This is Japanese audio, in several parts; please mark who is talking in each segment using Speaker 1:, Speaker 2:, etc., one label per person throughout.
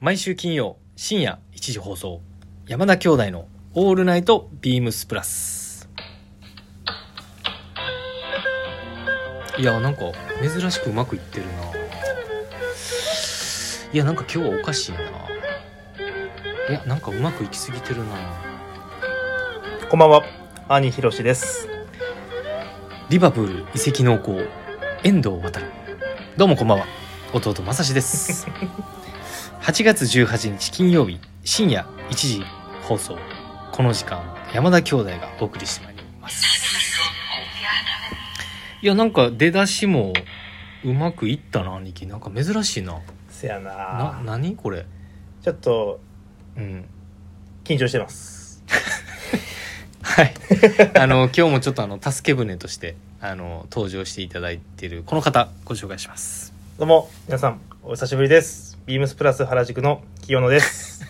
Speaker 1: 毎週金曜深夜1時放送山田兄弟の「オールナイトビームスプラス」いやなんか珍しくうまくいってるないやなんか今日はおかしいないやなんかうまくいきすぎてるな
Speaker 2: こんばんは、兄ひろしです。
Speaker 1: リバプール移籍濃厚遠藤航どうもこんばんは弟まさしです8月18日金曜日深夜1時放送この時間山田兄弟がお送りしてまいりますいやなんか出だしもうまくいったな兄貴なんか珍しいな
Speaker 2: せやな
Speaker 1: な何これ
Speaker 2: ちょっと
Speaker 1: うん
Speaker 2: 緊張してます。
Speaker 1: はい あの今日もちょっとあの助け舟としてあの登場していただいているこの方ご紹介します
Speaker 2: どうも、皆さん、お久しぶりです。ビームスプラス原宿の清野 です。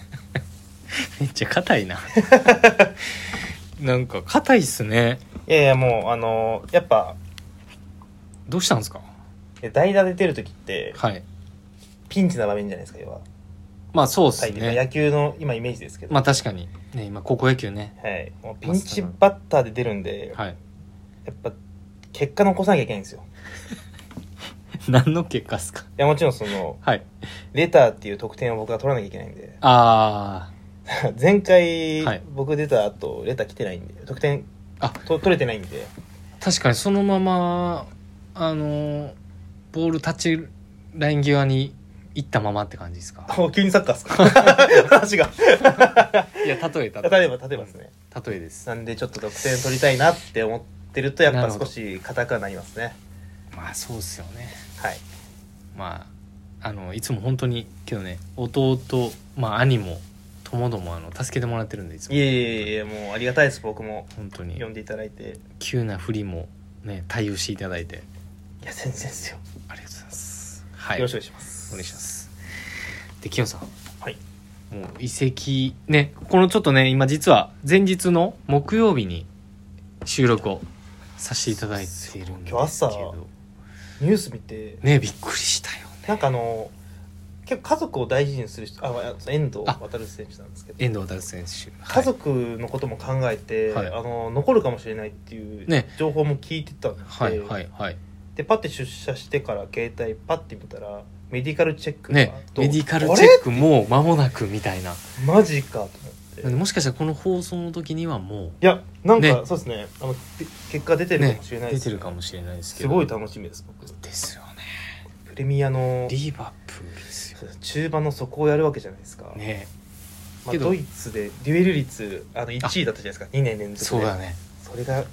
Speaker 1: めっちゃ硬いな なんか硬いっすね
Speaker 2: いやいや、もう、あのーやっぱ、
Speaker 1: どうしたんですか
Speaker 2: 代打で出るときって、
Speaker 1: はい
Speaker 2: ピンチな場面じゃないですか、要は。
Speaker 1: まあそうっす
Speaker 2: はい、
Speaker 1: ね
Speaker 2: 野球の今イメージですけど。
Speaker 1: まあ確かにね今高校野球ね
Speaker 2: はい。もうピンチバッターで出るんで、
Speaker 1: はい
Speaker 2: やっぱ、結果残さなきゃいけないんですよ。
Speaker 1: 何の結果っすか
Speaker 2: いや、もちろんその、
Speaker 1: はい
Speaker 2: レターっていう得点を僕が取らなきゃいけないんで、
Speaker 1: あ
Speaker 2: 前回、
Speaker 1: はい
Speaker 2: 僕出た後、レター来てないんで、得点、
Speaker 1: あ
Speaker 2: と取れてないんで、
Speaker 1: ー確かにそのままあのーボールタッチライン際に行ったままって感じですか
Speaker 2: あ急にサッカーっ すか話が。
Speaker 1: いや例えた
Speaker 2: 例えば、例えばですね。
Speaker 1: 例えです
Speaker 2: なんで、ちょっと得点取りたいなって思ってると、やっ
Speaker 1: な
Speaker 2: ぱ
Speaker 1: るほど
Speaker 2: 少し硬くはなりますね。
Speaker 1: まあそうっすよね
Speaker 2: はい。
Speaker 1: まあ、あのいつも本当にけどね弟、まあ、兄もともどもあの助けてもらってるんでいつも
Speaker 2: いえいえいえ、もうありがたいです、僕も。
Speaker 1: 本当に
Speaker 2: 呼んでいただいて。
Speaker 1: 急な振りも、ね、対応していただいて
Speaker 2: いや、全然ですよ。
Speaker 1: ありがとうございます、はい、
Speaker 2: よろしくお願いします。
Speaker 1: お願いしますで清さん
Speaker 2: はい
Speaker 1: もう移籍ねこのちょっとね今実は前日の木曜日に収録をさせていただいているんですけ
Speaker 2: 今日朝
Speaker 1: ど
Speaker 2: ニュース見て、
Speaker 1: ねびっくりしたよね
Speaker 2: なんかあの、結構家族を大事にする人、あ、まあ遠藤
Speaker 1: あ
Speaker 2: 渡選手なんですけど、
Speaker 1: 遠藤航選手
Speaker 2: 家族のことも考えて、
Speaker 1: はい
Speaker 2: あの残るかもしれないっていう
Speaker 1: ね
Speaker 2: 情報も聞いてたんで、
Speaker 1: はいはいはいはい
Speaker 2: でパッて出社してから携帯パッて見たらメディカルチェックが
Speaker 1: ね、
Speaker 2: どう
Speaker 1: メディカルチェックもう間もなくみたいな
Speaker 2: あれマジかと思って
Speaker 1: なんでもしかしたらこの放送の時にはも
Speaker 2: いやなんか、
Speaker 1: ね
Speaker 2: そうですねあのけ結果出て
Speaker 1: う、
Speaker 2: るか
Speaker 1: ね
Speaker 2: もしれないで
Speaker 1: 出
Speaker 2: す、
Speaker 1: てるかもしれないですけ
Speaker 2: す
Speaker 1: ど
Speaker 2: ごい楽しみです僕
Speaker 1: ですよね
Speaker 2: プレミアの
Speaker 1: リーバプールですよ
Speaker 2: そうです中盤の底をやるわけじゃないですか、
Speaker 1: ね
Speaker 2: まあ、
Speaker 1: けど
Speaker 2: ドイツでデュエル率あの1位だったじゃないですか2年連続で
Speaker 1: そうだね
Speaker 2: それが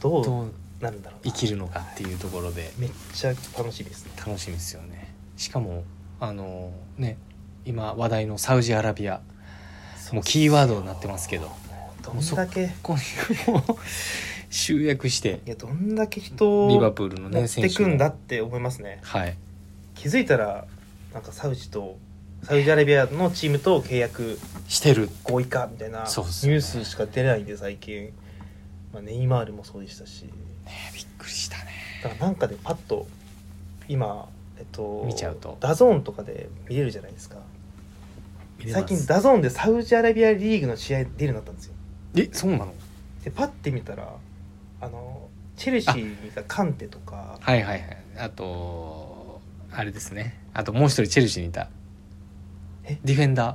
Speaker 2: どう
Speaker 1: どう
Speaker 2: なるんだろうな
Speaker 1: 生きるのかっていうところで
Speaker 2: めっちゃ楽しみですね
Speaker 1: 楽しみですよねしかもあのね今話題のサウジアラビアもうキーワードになってますけど
Speaker 2: どんだけい
Speaker 1: ここにもう集約して
Speaker 2: やどんだけ人を
Speaker 1: リバプールの
Speaker 2: 持
Speaker 1: ね
Speaker 2: って
Speaker 1: 選手
Speaker 2: く
Speaker 1: も
Speaker 2: んだって思いますね
Speaker 1: はい
Speaker 2: 気づいたらなんかサウジとサウジアラビアのチームと契約
Speaker 1: してる
Speaker 2: 合意かみたいなニ
Speaker 1: そう
Speaker 2: ュ
Speaker 1: っすね
Speaker 2: ースしか出ないんで最近、まあ、ネイマールもそうでしたし
Speaker 1: ねびっくりしたね
Speaker 2: だからなんかでパッと今えっと
Speaker 1: 見ちゃうと
Speaker 2: ダゾーンとかで見れるじゃないですか
Speaker 1: 見れま
Speaker 2: 最
Speaker 1: す
Speaker 2: 近ダゾーンでサウジアラビアリーグの試合出るようになったんですよ
Speaker 1: えそうなの
Speaker 2: でパッて見たらあのチェルシーにいたカンテとか
Speaker 1: はいはいはいあとあれですねあともう一人チェルシーにいた
Speaker 2: え
Speaker 1: ディフェンダー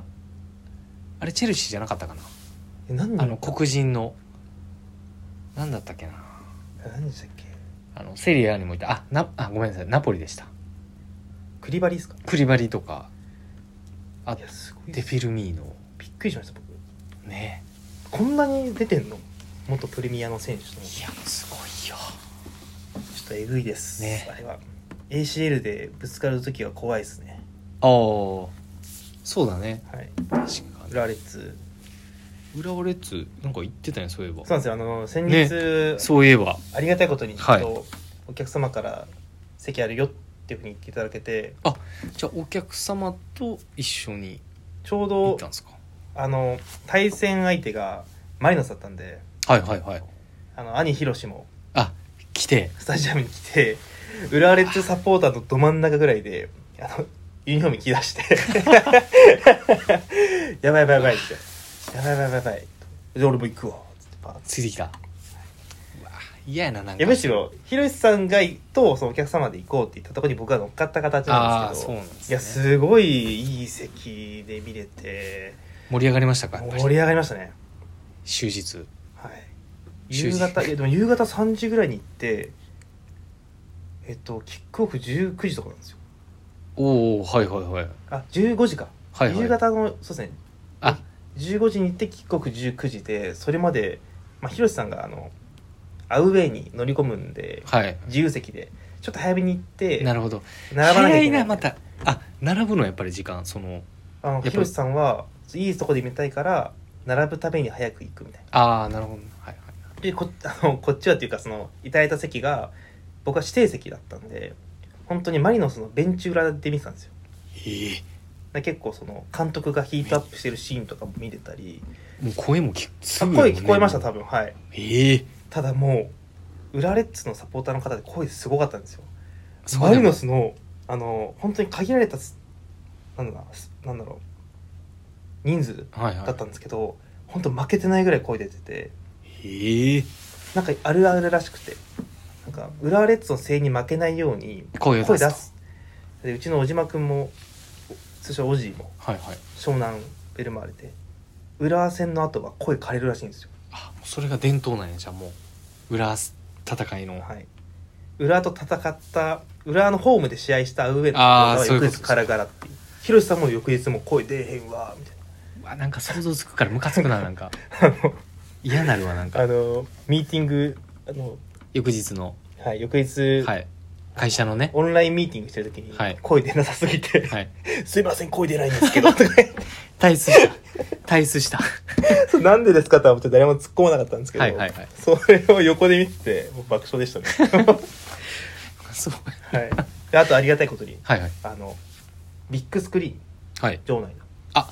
Speaker 1: あれチェルシーじゃなかったかな、
Speaker 2: え何
Speaker 1: あの黒人の何だったっけな
Speaker 2: 何でしたっけ
Speaker 1: あのセリアにもいたあなあごめんなさいナポリでした
Speaker 2: クリバリですか
Speaker 1: クリバリとかあ
Speaker 2: いやすごい
Speaker 1: デ
Speaker 2: です
Speaker 1: フィルミーノ
Speaker 2: びっくりしました僕
Speaker 1: ね
Speaker 2: こんなに出てんの元プレミアの選手とち
Speaker 1: いや
Speaker 2: ょ
Speaker 1: すごいよ
Speaker 2: っとえぐいです
Speaker 1: ね
Speaker 2: あれは ACL でぶつかる時は怖いですね
Speaker 1: ああそうだね
Speaker 2: はい
Speaker 1: 確か
Speaker 2: 浦和レッズ
Speaker 1: に浦和レッズなんか言ってたねそういえば
Speaker 2: そうなんですよあの先日、
Speaker 1: そういえば
Speaker 2: ありがたいことにちょ
Speaker 1: は
Speaker 2: っ
Speaker 1: い
Speaker 2: とお客様から席あるよっていうふうに言っていただけて
Speaker 1: じゃあお客様と一緒に
Speaker 2: ちょう
Speaker 1: 行っ
Speaker 2: ど
Speaker 1: たんですか
Speaker 2: あの対戦相手がマリノスだったんで
Speaker 1: はいはいはい
Speaker 2: あの兄ひろしも
Speaker 1: あ来て
Speaker 2: スタジアムに来て浦和レッズサポーターのど真ん中ぐらいであのユニフォーム着出して やばいやばいやばいってやばいやばいやばいで俺も行くわつってパーッ
Speaker 1: ついてきたうわ嫌やななん
Speaker 2: い
Speaker 1: か
Speaker 2: やむしろひろしさんがとそのお客様で行こうって言ったところに僕が乗っかった形な
Speaker 1: あ
Speaker 2: ん
Speaker 1: あ
Speaker 2: です
Speaker 1: そ
Speaker 2: け
Speaker 1: う
Speaker 2: ど
Speaker 1: なんです、
Speaker 2: い
Speaker 1: ね、
Speaker 2: やすごいいい席で見れて
Speaker 1: 盛り上がりましたかやっぱり
Speaker 2: 盛り上がりましたね
Speaker 1: 終日
Speaker 2: はい
Speaker 1: 終
Speaker 2: 夕
Speaker 1: 日
Speaker 2: 方いやでも夕方3時ぐらいに行ってえっとキックオフ19時とかなんですよ
Speaker 1: おおはいはいはい
Speaker 2: あ15時か、
Speaker 1: はいはい
Speaker 2: 夕方のそうですね
Speaker 1: あ
Speaker 2: 15時に行ってキックオフ19時でそれまで、まあ、広瀬さんがあのアウェイに乗り込むんで
Speaker 1: はい
Speaker 2: 自由席でちょっと早めに行って
Speaker 1: なるほど
Speaker 2: 並ばなきゃ
Speaker 1: 早
Speaker 2: いけ
Speaker 1: い
Speaker 2: ない
Speaker 1: なまたあ並ぶのやっぱり時間その
Speaker 2: あの
Speaker 1: ぱり
Speaker 2: 広瀬さんはいいとこで見たいから並ぶために早く行くみたいな
Speaker 1: ああなるほどはいはい
Speaker 2: でこあのこっ ちはっていうかそのいただいた席が僕は指定席だったんで本当にマリノスのベンチ裏で見てたんですよ
Speaker 1: ええ
Speaker 2: で結構その監督がヒートアップしてるシーンとかも見れたり
Speaker 1: もう声もきす
Speaker 2: あ
Speaker 1: ぐやもん
Speaker 2: 声
Speaker 1: ね
Speaker 2: 聞こえました多分はい
Speaker 1: ええ
Speaker 2: ただもう浦和レッズのサポーターの方で声すごかったんですよ
Speaker 1: そう
Speaker 2: マリ
Speaker 1: でも
Speaker 2: ノスのあの本当に限られたすなんだろうなすなんだろう人数
Speaker 1: はいは
Speaker 2: だっ
Speaker 1: い
Speaker 2: たんですけど、本当負けてないぐらい声出てて
Speaker 1: ええ
Speaker 2: なんかあるあるらしくてなんか浦和レッズの声援に負けないように
Speaker 1: 声を
Speaker 2: 声
Speaker 1: 出す
Speaker 2: 出すでうちの小島君も通称おじいも
Speaker 1: はいはい
Speaker 2: 湘南ベルマーレで浦和戦の後は声枯れるらしいんですよ
Speaker 1: あもうそれが伝統なんやじゃあもう裏戦いの、
Speaker 2: はい浦和と戦った浦和のホームで試合した上の
Speaker 1: あーそういうこ
Speaker 2: 翌
Speaker 1: と
Speaker 2: 日からがらっていう広瀬さんも翌日も声出えへんわみたいう
Speaker 1: わなんか想像つくからムカつくななん か
Speaker 2: なあの
Speaker 1: 嫌なるわなんか
Speaker 2: あのミーティングあの、
Speaker 1: 翌日の、
Speaker 2: はい、翌日、
Speaker 1: はい、会社のね
Speaker 2: オンラインミーティングしてる時に
Speaker 1: はい
Speaker 2: 声出なさすぎて、
Speaker 1: はい
Speaker 2: すいません声出ないんですけどとか言って
Speaker 1: 退出した退出した
Speaker 2: それなんでですかとは思って誰も突っ込まなかったんですけど、
Speaker 1: はいはいはい
Speaker 2: それを横で見ててもう爆笑でした ね、
Speaker 1: そう
Speaker 2: はい、であとありがたいことに
Speaker 1: はいはい
Speaker 2: あのビッグスクリーン
Speaker 1: はい
Speaker 2: 場内の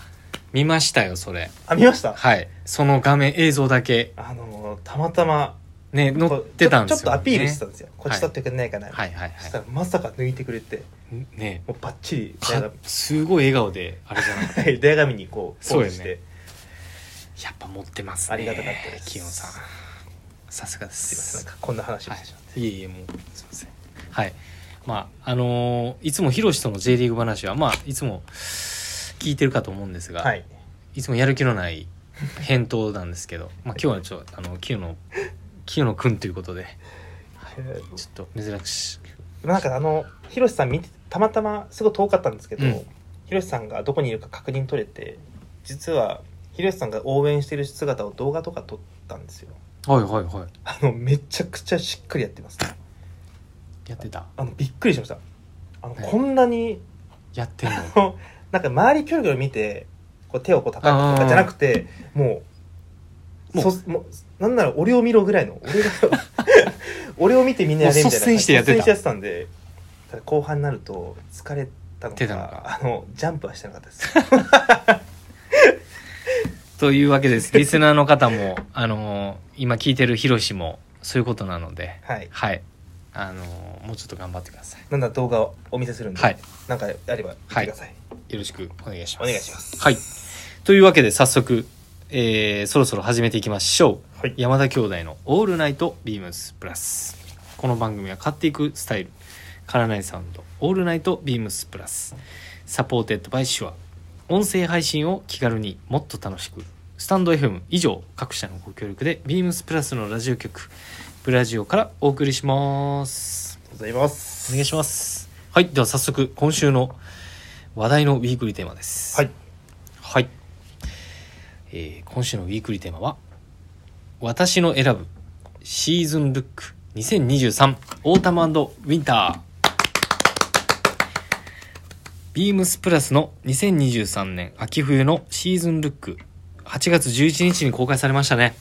Speaker 1: 見ましたよそれ
Speaker 2: あ見ました、
Speaker 1: はいその画面映像だけ
Speaker 2: あのたまたま
Speaker 1: ね載ってたんですよ、ね、
Speaker 2: ちょちょっとアピールしてたんですよ、こっち取ってくれないかな、
Speaker 1: はいはい
Speaker 2: そし
Speaker 1: は
Speaker 2: たらまさか抜いてくれて
Speaker 1: いね
Speaker 2: もうバッチリ
Speaker 1: かすごい笑顔であれじゃなくて
Speaker 2: はい大神にこうポ
Speaker 1: そう
Speaker 2: ー
Speaker 1: よ
Speaker 2: ズ
Speaker 1: ね
Speaker 2: して、
Speaker 1: やっぱ持ってますね
Speaker 2: ありがたかったです
Speaker 1: 清野さんさすがです
Speaker 2: すいませんなんかこんな話をしてしまっ
Speaker 1: はい、いえいえもうすいませんはいまああのーいつもヒロシとの J リーグ話はまあいつも聞いてるかと思うんですが、
Speaker 2: て、はい、
Speaker 1: いつもやる気のない返答なんですけど、まあ、今日はちょっとあの清野清野くんということで
Speaker 2: えー
Speaker 1: ちょっと珍しい
Speaker 2: なんかあの広瀬さん見てたまたますごい遠かったんですけど、
Speaker 1: うん
Speaker 2: ひろ広瀬さんがどこにいるか確認取れて実は広瀬さんが応援してる姿を動画とか撮ったんですよ
Speaker 1: はいはいは
Speaker 2: あのめちゃくちゃしっかりやってます
Speaker 1: いやってた
Speaker 2: あのびっくりしましたあの、
Speaker 1: はい
Speaker 2: こんなに
Speaker 1: やってんの
Speaker 2: あの なんか周りキョロキョロ見てこう手をこう叩くとかじゃなくてもう
Speaker 1: も
Speaker 2: そも
Speaker 1: う
Speaker 2: うなんなら俺を見ろぐらいの俺が 俺を見てみんなやれみたい
Speaker 1: も
Speaker 2: な
Speaker 1: う率先してやってた
Speaker 2: 率先んでただ後半になると疲れたのか
Speaker 1: 出たのか
Speaker 2: あのジャンプはしてなかったです
Speaker 1: というわけですリスナーの方もあのー今聞いてるヒロシもそういうことなので
Speaker 2: はい
Speaker 1: はいあのーもうちょっと頑張ってください
Speaker 2: なんだ動画をお見せするんで、
Speaker 1: はい
Speaker 2: なんかあれば言ってください、
Speaker 1: よろしくお願いします
Speaker 2: お願いします
Speaker 1: はいというわけで早速、えーそろそろ始めていきましょう
Speaker 2: はい
Speaker 1: 山田兄弟の「オールナイトビームスプラス」この番組は買っていくスタイルカラナイサウンド「オールナイトビームスプラス」サポーテッドバイシュア音声配信を気軽にもっと楽しくスタンド FM 以上各社のご協力でビームスプラスのラジオ局ブラジオからお送りします
Speaker 2: ありがとうございます
Speaker 1: お願いしますはいでは早速今週の話題のウィークリーテーマです
Speaker 2: はい
Speaker 1: はい、えー今週のウィークリーテーマは「私の選ぶシーズンブック2023オータムウィンター」ビームスプラスの2023年秋冬のシーズンブック8月11日に公開されましたね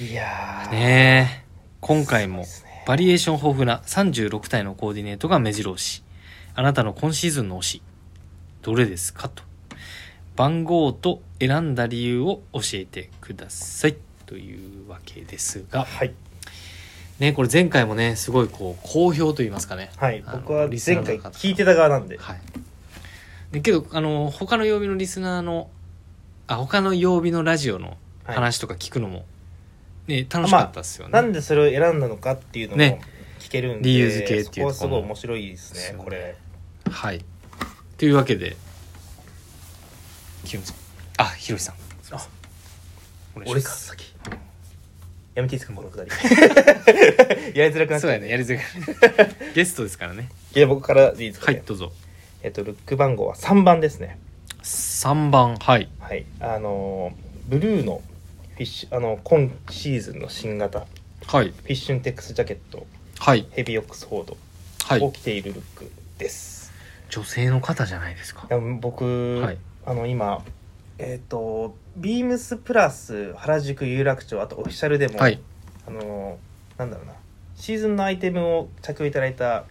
Speaker 2: いやー
Speaker 1: ねえ今回も
Speaker 2: そうですね
Speaker 1: バリエーション豊富な36体のコーディネートが目白押しあなたの今シーズンの推しどれですかと番号と選んだ理由を教えてくださいというわけですが
Speaker 2: はい、
Speaker 1: ねこれ前回もねすごいこう好評と言いますかね
Speaker 2: はい、僕
Speaker 1: あ
Speaker 2: は
Speaker 1: のリスナー
Speaker 2: 前
Speaker 1: の
Speaker 2: 回
Speaker 1: 方
Speaker 2: 聞いてた側なんで
Speaker 1: はいでけどあの他の曜日のリスナーのあ他の曜日のラジオの
Speaker 2: はい
Speaker 1: 話とか聞くのも、ね、楽しかったですよね、
Speaker 2: なんでそれを選んだのかっていうのも
Speaker 1: ね
Speaker 2: 聞けるんで、
Speaker 1: 理由付けっていうところも
Speaker 2: そこはすごい面白いですねこれ
Speaker 1: はいというわけで清水さんあひろしさん
Speaker 2: あ
Speaker 1: お願いしま
Speaker 2: 俺か
Speaker 1: す
Speaker 2: 先やめていいですかこ のくだりやりづらくなっち
Speaker 1: そ
Speaker 2: ゃ
Speaker 1: うや
Speaker 2: う
Speaker 1: ねやりづらいゲストですからね
Speaker 2: いや僕からでいいですか、
Speaker 1: は
Speaker 2: ね
Speaker 1: いどうぞ
Speaker 2: えっとルック番号は3番ですね
Speaker 1: 3番はい
Speaker 2: はいあのーブルーのフィッシュあの今シーズンの新型フ
Speaker 1: はい
Speaker 2: ィッシュンテックスジャケット
Speaker 1: はい
Speaker 2: ヘビーオックスフォー
Speaker 1: は
Speaker 2: ドを
Speaker 1: い
Speaker 2: 着ているルックです、
Speaker 1: 女性の方じゃないですか
Speaker 2: でも僕、
Speaker 1: はい
Speaker 2: あの今えっ、とビームスプラス原宿有楽町あとオフィシャルでも、
Speaker 1: はい
Speaker 2: あのなんだろうなシーズンのアイテムを着用いただいた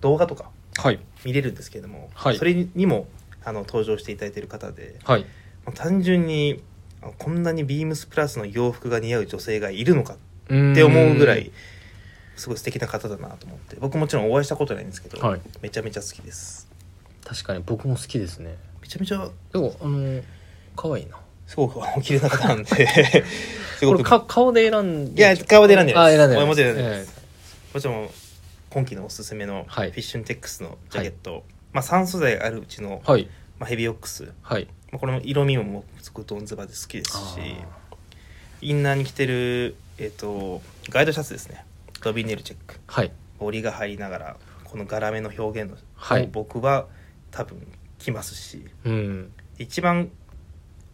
Speaker 2: 動画とか
Speaker 1: はい
Speaker 2: 見れるんですけれども、
Speaker 1: はい
Speaker 2: それにもあの登場していただいている方で
Speaker 1: はい
Speaker 2: まあ単純にあこんなにビームスプラスの洋服が似合う女性がいるのか
Speaker 1: っ
Speaker 2: って思うぐらいすごい素敵な方だなと思って僕もちろんお会いしたことないんですけど、
Speaker 1: はい
Speaker 2: めちゃめちゃ好きです
Speaker 1: 確かに僕も好きですね
Speaker 2: めちゃめちゃ
Speaker 1: でもあの可愛いな
Speaker 2: すごくあのお綺麗な 方なんですご
Speaker 1: こ
Speaker 2: く
Speaker 1: れか顔で選ん
Speaker 2: い
Speaker 1: で
Speaker 2: や顔で選んで
Speaker 1: あ
Speaker 2: ないです
Speaker 1: 選んでない
Speaker 2: 俺も選んでない
Speaker 1: え
Speaker 2: ですこちらも今季のおすすめのフ
Speaker 1: は
Speaker 2: ィ
Speaker 1: い
Speaker 2: ッシュンテックスのジャケット、まあ、3素材あるうちの、
Speaker 1: はい
Speaker 2: まあ、ヘビーオックス、ま
Speaker 1: はい
Speaker 2: あ、これも色味ももうすごくドンズバで好きですしインナーに着てる、えっとガイドシャツですねドビネルチェック
Speaker 1: はい
Speaker 2: 折りが入りながらこの柄目の表現の、
Speaker 1: はい
Speaker 2: 僕は多分来ますし
Speaker 1: うん
Speaker 2: 一番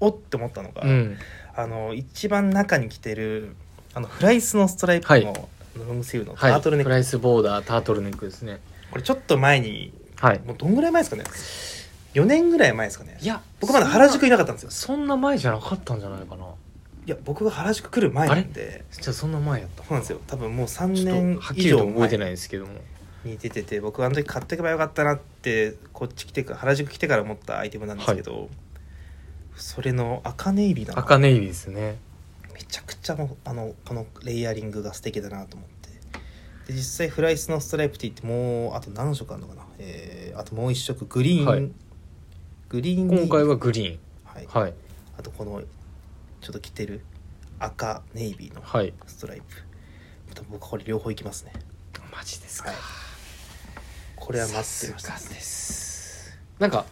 Speaker 2: おって思ったのが、
Speaker 1: うん
Speaker 2: あの一番中に着てるあのフライスのストライプの、
Speaker 1: はい
Speaker 2: ロングスリーブのタ
Speaker 1: はい
Speaker 2: ートルネッ
Speaker 1: プ
Speaker 2: ク、
Speaker 1: ライスボーダータートルネックですね
Speaker 2: これちょっと前に
Speaker 1: はい
Speaker 2: もうどんぐらい前ですかね4年ぐらい前ですかね
Speaker 1: いや
Speaker 2: 僕まだ原宿いなかったんですよ
Speaker 1: そんな前じゃなかったんじゃないかない
Speaker 2: や僕が原宿来る前なんで
Speaker 1: じゃあそんな前やった
Speaker 2: そうなんですよ多分もう3
Speaker 1: ちょっ
Speaker 2: 年
Speaker 1: とはっき
Speaker 2: 以
Speaker 1: りと
Speaker 2: 上
Speaker 1: 覚えて
Speaker 2: 前
Speaker 1: ないですけども
Speaker 2: に出てて僕あの時買ってけばよかったなってこっち来てから原宿来てから持ったアイテムなんですけど、それの赤ネイビーな
Speaker 1: 赤
Speaker 2: の
Speaker 1: ネイビーですね
Speaker 2: めちゃくちゃもうあのこのレイヤリングが素敵だなと思ってで実際フライスのストライプティってもうあと何色あるのかな、えーあともう一色グリーン、
Speaker 1: はい
Speaker 2: グリーンに
Speaker 1: 今回はグリ
Speaker 2: はい
Speaker 1: ーンはい
Speaker 2: あとこのちょっと着てる赤ネイビーの
Speaker 1: はい
Speaker 2: ストライプ、多分僕これ両方いきますね
Speaker 1: マジですか、
Speaker 2: はいこれは待ってました
Speaker 1: さすがですなんか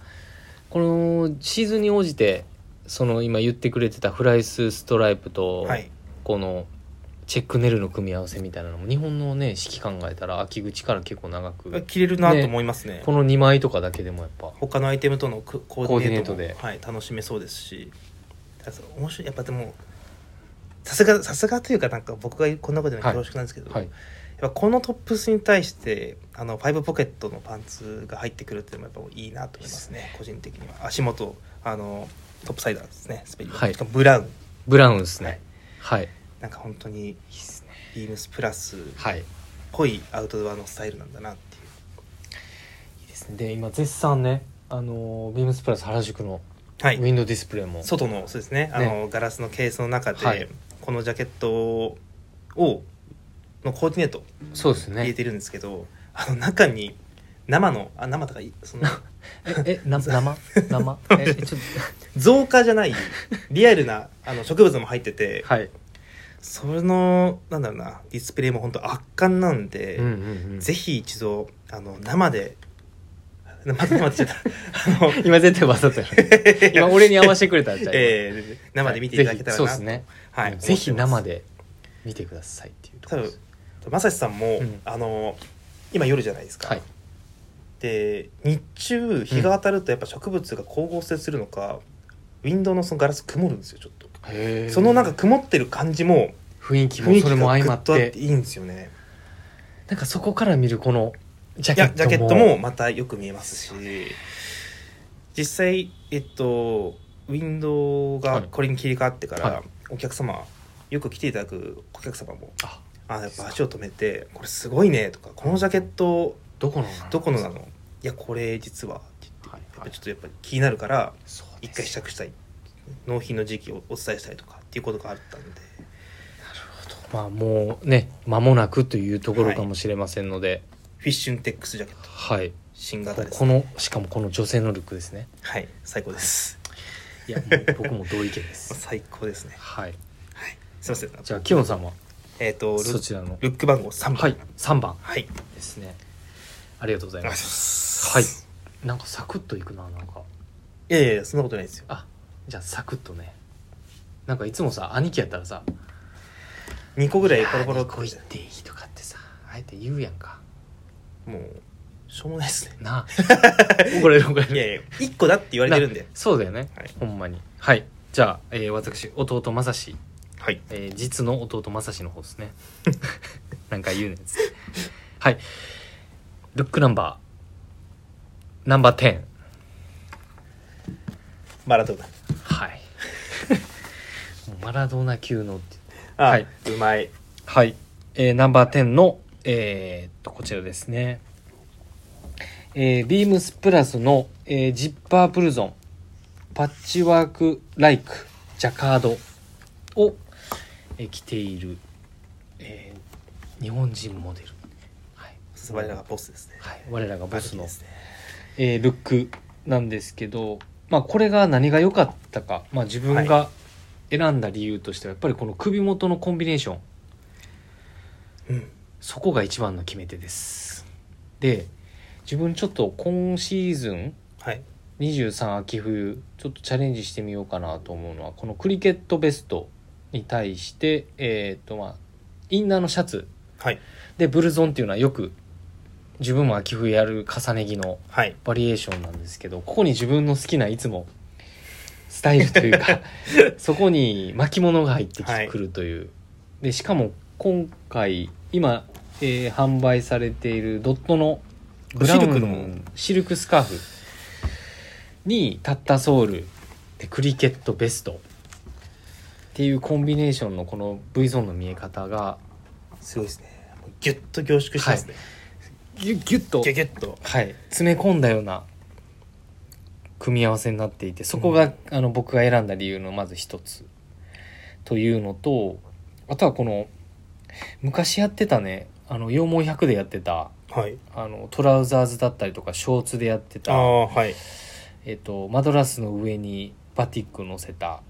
Speaker 1: このシーズンに応じてその今言ってくれてたフライスストライプと、
Speaker 2: はい
Speaker 1: このチェックネルの組み合わせみたいなのも日本のね式考えたら秋口から結構長く
Speaker 2: 着れるなと思いますね
Speaker 1: この2枚とかだけでもやっぱ
Speaker 2: 他のアイテムとのココーディネートも
Speaker 1: コーディネート
Speaker 2: はい、楽しめそうですしあと面白いやっぱでもさすがさすがというかなんか僕がこんなこと言うの
Speaker 1: はい
Speaker 2: 恐縮なんですけど、
Speaker 1: はい
Speaker 2: やっぱこのトップスに対してあのファイブポケットのパンツが入ってくるっていうのもやっぱいいなと思いますね個人的には足元あのトップサイダーですねスペリー
Speaker 1: はい
Speaker 2: しかもブラウン
Speaker 1: ブラウンですねはいい
Speaker 2: なんか本当に
Speaker 1: いっすね
Speaker 2: ビームスプラスっ
Speaker 1: はいいい
Speaker 2: ぽいアウトドアのスタイルなんだなっていう
Speaker 1: ですねで今絶賛ねあのービームスプラス原宿の
Speaker 2: は
Speaker 1: ウ
Speaker 2: い
Speaker 1: ィンドウディスプレイも、
Speaker 2: 外のそうですねあのガラスのケースの中で、
Speaker 1: はい
Speaker 2: このジャケットをのコーディネート
Speaker 1: そうですね
Speaker 2: 入れてるんですけど、あの中に生のあ生とかいその
Speaker 1: ええな生 生ええちょっ
Speaker 2: 造花じゃないリアルなあの植物も入ってて
Speaker 1: と はい
Speaker 2: そのなんだろうなディスプレイも本当圧巻なんで、
Speaker 1: うんうんうん
Speaker 2: ぜひ一度あの生で 生で待ってた あの
Speaker 1: 今絶対わざとやろ 今俺に合わせてくれたんじゃ ん
Speaker 2: えー生で見ていただけたらなと、
Speaker 1: ぜひそうですね、
Speaker 2: はい思って
Speaker 1: ぜ
Speaker 2: ます
Speaker 1: ひ生で見てくださいっていうとこ
Speaker 2: 多
Speaker 1: ろ
Speaker 2: 分
Speaker 1: です
Speaker 2: まさしさんも、
Speaker 1: うん
Speaker 2: あの今夜じゃないですか、
Speaker 1: はい
Speaker 2: で日中日が当たるとやっぱ植物が光合成するのか、ウィンドウのそのガラス曇るんですよちょっと
Speaker 1: へー
Speaker 2: そのなんか曇ってる感じも
Speaker 1: 雰囲気
Speaker 2: 雰
Speaker 1: も
Speaker 2: 囲
Speaker 1: そ
Speaker 2: 気
Speaker 1: れ
Speaker 2: が
Speaker 1: も相
Speaker 2: グ
Speaker 1: ま
Speaker 2: ッ
Speaker 1: っ
Speaker 2: とあって
Speaker 1: て
Speaker 2: いいんですよね
Speaker 1: なんかそこから見るこのジャ
Speaker 2: いやジャ
Speaker 1: ケ
Speaker 2: ケッ
Speaker 1: ット
Speaker 2: トも
Speaker 1: も
Speaker 2: またよく見えますし実際えっとウィンドウ
Speaker 1: は
Speaker 2: が
Speaker 1: い
Speaker 2: これに切り替わってから、
Speaker 1: はい
Speaker 2: お客様よく来ていただくお客様も
Speaker 1: あ
Speaker 2: あやっぱ足を止めて「これすごいね」とか「このジャケット
Speaker 1: どこのな
Speaker 2: どこのなのいやこれ実は」って言
Speaker 1: はい
Speaker 2: ってやっ
Speaker 1: は
Speaker 2: ぱ
Speaker 1: い
Speaker 2: ちょっとやっぱ気になるから
Speaker 1: そうで
Speaker 2: 一
Speaker 1: す
Speaker 2: 回試着したい納品の時期をお伝えしたいとかっていうことがあったんで
Speaker 1: まあもうね間もなくというところかもしれませんので
Speaker 2: フィッシュンテックスジャケット
Speaker 1: はい、
Speaker 2: 新型です
Speaker 1: このしかもこの女性のルックですね
Speaker 2: はい最高です
Speaker 1: いやもう僕も同意見です
Speaker 2: 最高ですね
Speaker 1: はい
Speaker 2: はいすいません
Speaker 1: じゃあ清野さんは
Speaker 2: えっ、と
Speaker 1: そ
Speaker 2: ル
Speaker 1: ちらの
Speaker 2: ルック番号3番
Speaker 1: はい3番
Speaker 2: はい
Speaker 1: ですねありがとうござ
Speaker 2: あ
Speaker 1: い
Speaker 2: り
Speaker 1: ま
Speaker 2: がとうございますす
Speaker 1: はいなんかサクッといくななんか
Speaker 2: いやいやいやそんなことないですよ
Speaker 1: あじゃあサクッとねなんかいつもさ兄貴やったらさ
Speaker 2: 2個ぐらいポロポロ
Speaker 1: いや
Speaker 2: っ
Speaker 1: こう
Speaker 2: て
Speaker 1: 言っていいとかってさあえて言うやんか
Speaker 2: もうしょうもないですね
Speaker 1: なあ怒られる怒ら
Speaker 2: い
Speaker 1: れ
Speaker 2: や
Speaker 1: る
Speaker 2: いや1個だって言われてるんで
Speaker 1: そうだよね、
Speaker 2: はい
Speaker 1: ほんまにはいじゃあ、えー私弟正志、
Speaker 2: はい
Speaker 1: えー実の弟正志の方ですね なんか言うねんつってはいルックナンバーナンバー10
Speaker 2: マラドーナ
Speaker 1: はい もうマラドーナ級のって
Speaker 2: あ、
Speaker 1: はいう
Speaker 2: まい
Speaker 1: はい、えーナンバー10の、えーっとこちらですね、えービームスプラスの、えージッパープルゾンパッチワークライクジャカードを、えー着ている、えー日本人モデル、はい
Speaker 2: 素晴らしいボスですね
Speaker 1: はい、我らがボスの
Speaker 2: バルキリーで、すね
Speaker 1: えールックなんですけど、まあ、これが何が良かったか、まあ、自分が選んだ理由としてはやっぱりこの首元のコンビネーション
Speaker 2: うん
Speaker 1: そこが一番の決め手です。で自分ちょっと今シーズン
Speaker 2: はい
Speaker 1: 23秋冬ちょっとチャレンジしてみようかなと思うのはこのクリケットベストに対してえっ、とまあインナーのシャツ
Speaker 2: はい
Speaker 1: でブルゾンっていうのはよく自分も秋冬やる重ね着の
Speaker 2: はい
Speaker 1: バリエーションなんですけどここに自分の好きないつもスタイルという かそこに巻物が入ってき
Speaker 2: は
Speaker 1: て
Speaker 2: い
Speaker 1: くるという、でしかも今回今、えー販売されているドットのブラウン
Speaker 2: シルクの
Speaker 1: シルクスカーフにタッタソールでクリケットベストっていうコンビネーションのこの V ゾーンの見え方が
Speaker 2: すごいですねもうギュッと凝縮してますね、
Speaker 1: ギュッギュッと
Speaker 2: ギュギュッと
Speaker 1: はい、詰め込んだような組み合わせになっていてそこが、
Speaker 2: うん
Speaker 1: あの僕が選んだ理由のまず一つというのとあとはこの昔やってたねあの羊毛100でやってた
Speaker 2: はい
Speaker 1: あのトラウザーズだったりとかショーツでやって
Speaker 2: あ
Speaker 1: た、
Speaker 2: あはい
Speaker 1: えっとマドラスの上にバティック乗せた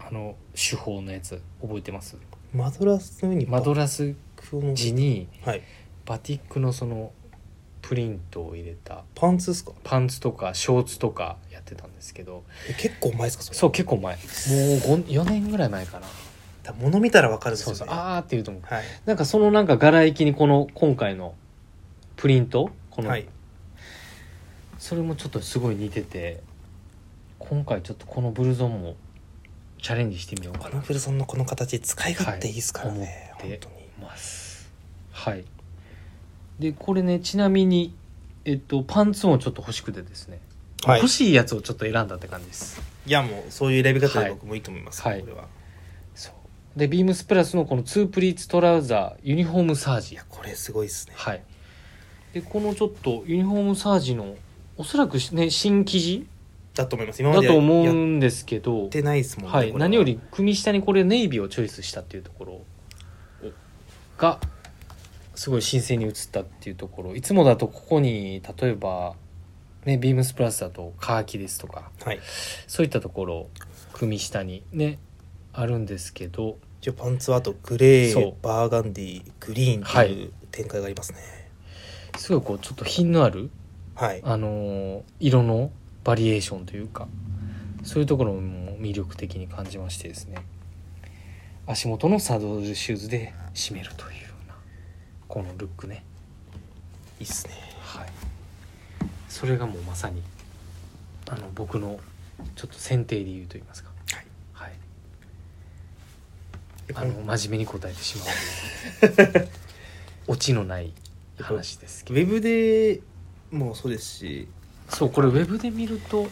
Speaker 1: あの手法のやつ覚えてます
Speaker 2: マドラスの上に
Speaker 1: マド
Speaker 2: ラ
Speaker 1: ラス
Speaker 2: スの
Speaker 1: 地に
Speaker 2: はい
Speaker 1: バティックのそのプリントを入れた
Speaker 2: パンツですか
Speaker 1: パンツとかショーツとかやってたんですけど
Speaker 2: え結構前ですかそれ
Speaker 1: そう結構前もう4年ぐらい前かな
Speaker 2: だ物見たらわかるんです
Speaker 1: そ
Speaker 2: よ、
Speaker 1: うそ
Speaker 2: ね、
Speaker 1: うあーって言うと思う
Speaker 2: はい
Speaker 1: なんかそのなんか柄行きにこの今回のプリントこの、
Speaker 2: はい
Speaker 1: それもちょっとすごい似てて今回ちょっとこのブルゾンもチャレンジしてみようか
Speaker 2: パ
Speaker 1: な
Speaker 2: ナ
Speaker 1: と
Speaker 2: フルソンのこの形使い勝手いいですから
Speaker 1: はい
Speaker 2: ね、
Speaker 1: 思って
Speaker 2: 本当に
Speaker 1: 思いますはいでこれねちなみにえっとパンツもちょっと欲しくてですね、
Speaker 2: はい
Speaker 1: 欲しいやつをちょっと選んだって感じです
Speaker 2: いやもうそういう選び方
Speaker 1: は
Speaker 2: で
Speaker 1: い
Speaker 2: 僕もいいと思います、
Speaker 1: はい
Speaker 2: これは
Speaker 1: そうでビームスプラスのこのツープリーツトラウザーユニフォームサー
Speaker 2: い
Speaker 1: ジ
Speaker 2: やこれすごいですね
Speaker 1: はいでこのちょっとユニフォームサージのおそらくね新生地
Speaker 2: だと思います今ま
Speaker 1: だ
Speaker 2: でや
Speaker 1: と思
Speaker 2: やっ
Speaker 1: うんですけど
Speaker 2: てないですもんね、
Speaker 1: は
Speaker 2: これ
Speaker 1: い何より組下にこれネイビーをチョイスしたっていうところがすごい新鮮に映ったっていうところいつもだとここに例えばねビームスプラスだとカーキですとか
Speaker 2: はい
Speaker 1: そういったところ組下にねあるんですけど
Speaker 2: 一応パンツはあとグレ
Speaker 1: そう
Speaker 2: ーバーガンディグリーン
Speaker 1: は
Speaker 2: とい
Speaker 1: いう
Speaker 2: 展開がありますね
Speaker 1: すごいこうちょっと品のある
Speaker 2: はい、
Speaker 1: あのー色のバリエーションというかそういうところも魅力的に感じましてですね足元のサドルシューズで締めるというようなこのルックね
Speaker 2: いいっすね
Speaker 1: はいそれがもうまさにあの僕のちょっと選定理由といいますか
Speaker 2: はい、
Speaker 1: はい、
Speaker 2: で
Speaker 1: あ
Speaker 2: この
Speaker 1: の真面目に答えてしまう オチのない話ですけ
Speaker 2: ウ
Speaker 1: ど
Speaker 2: ェブでもそうですし
Speaker 1: そうこれウェブで見ると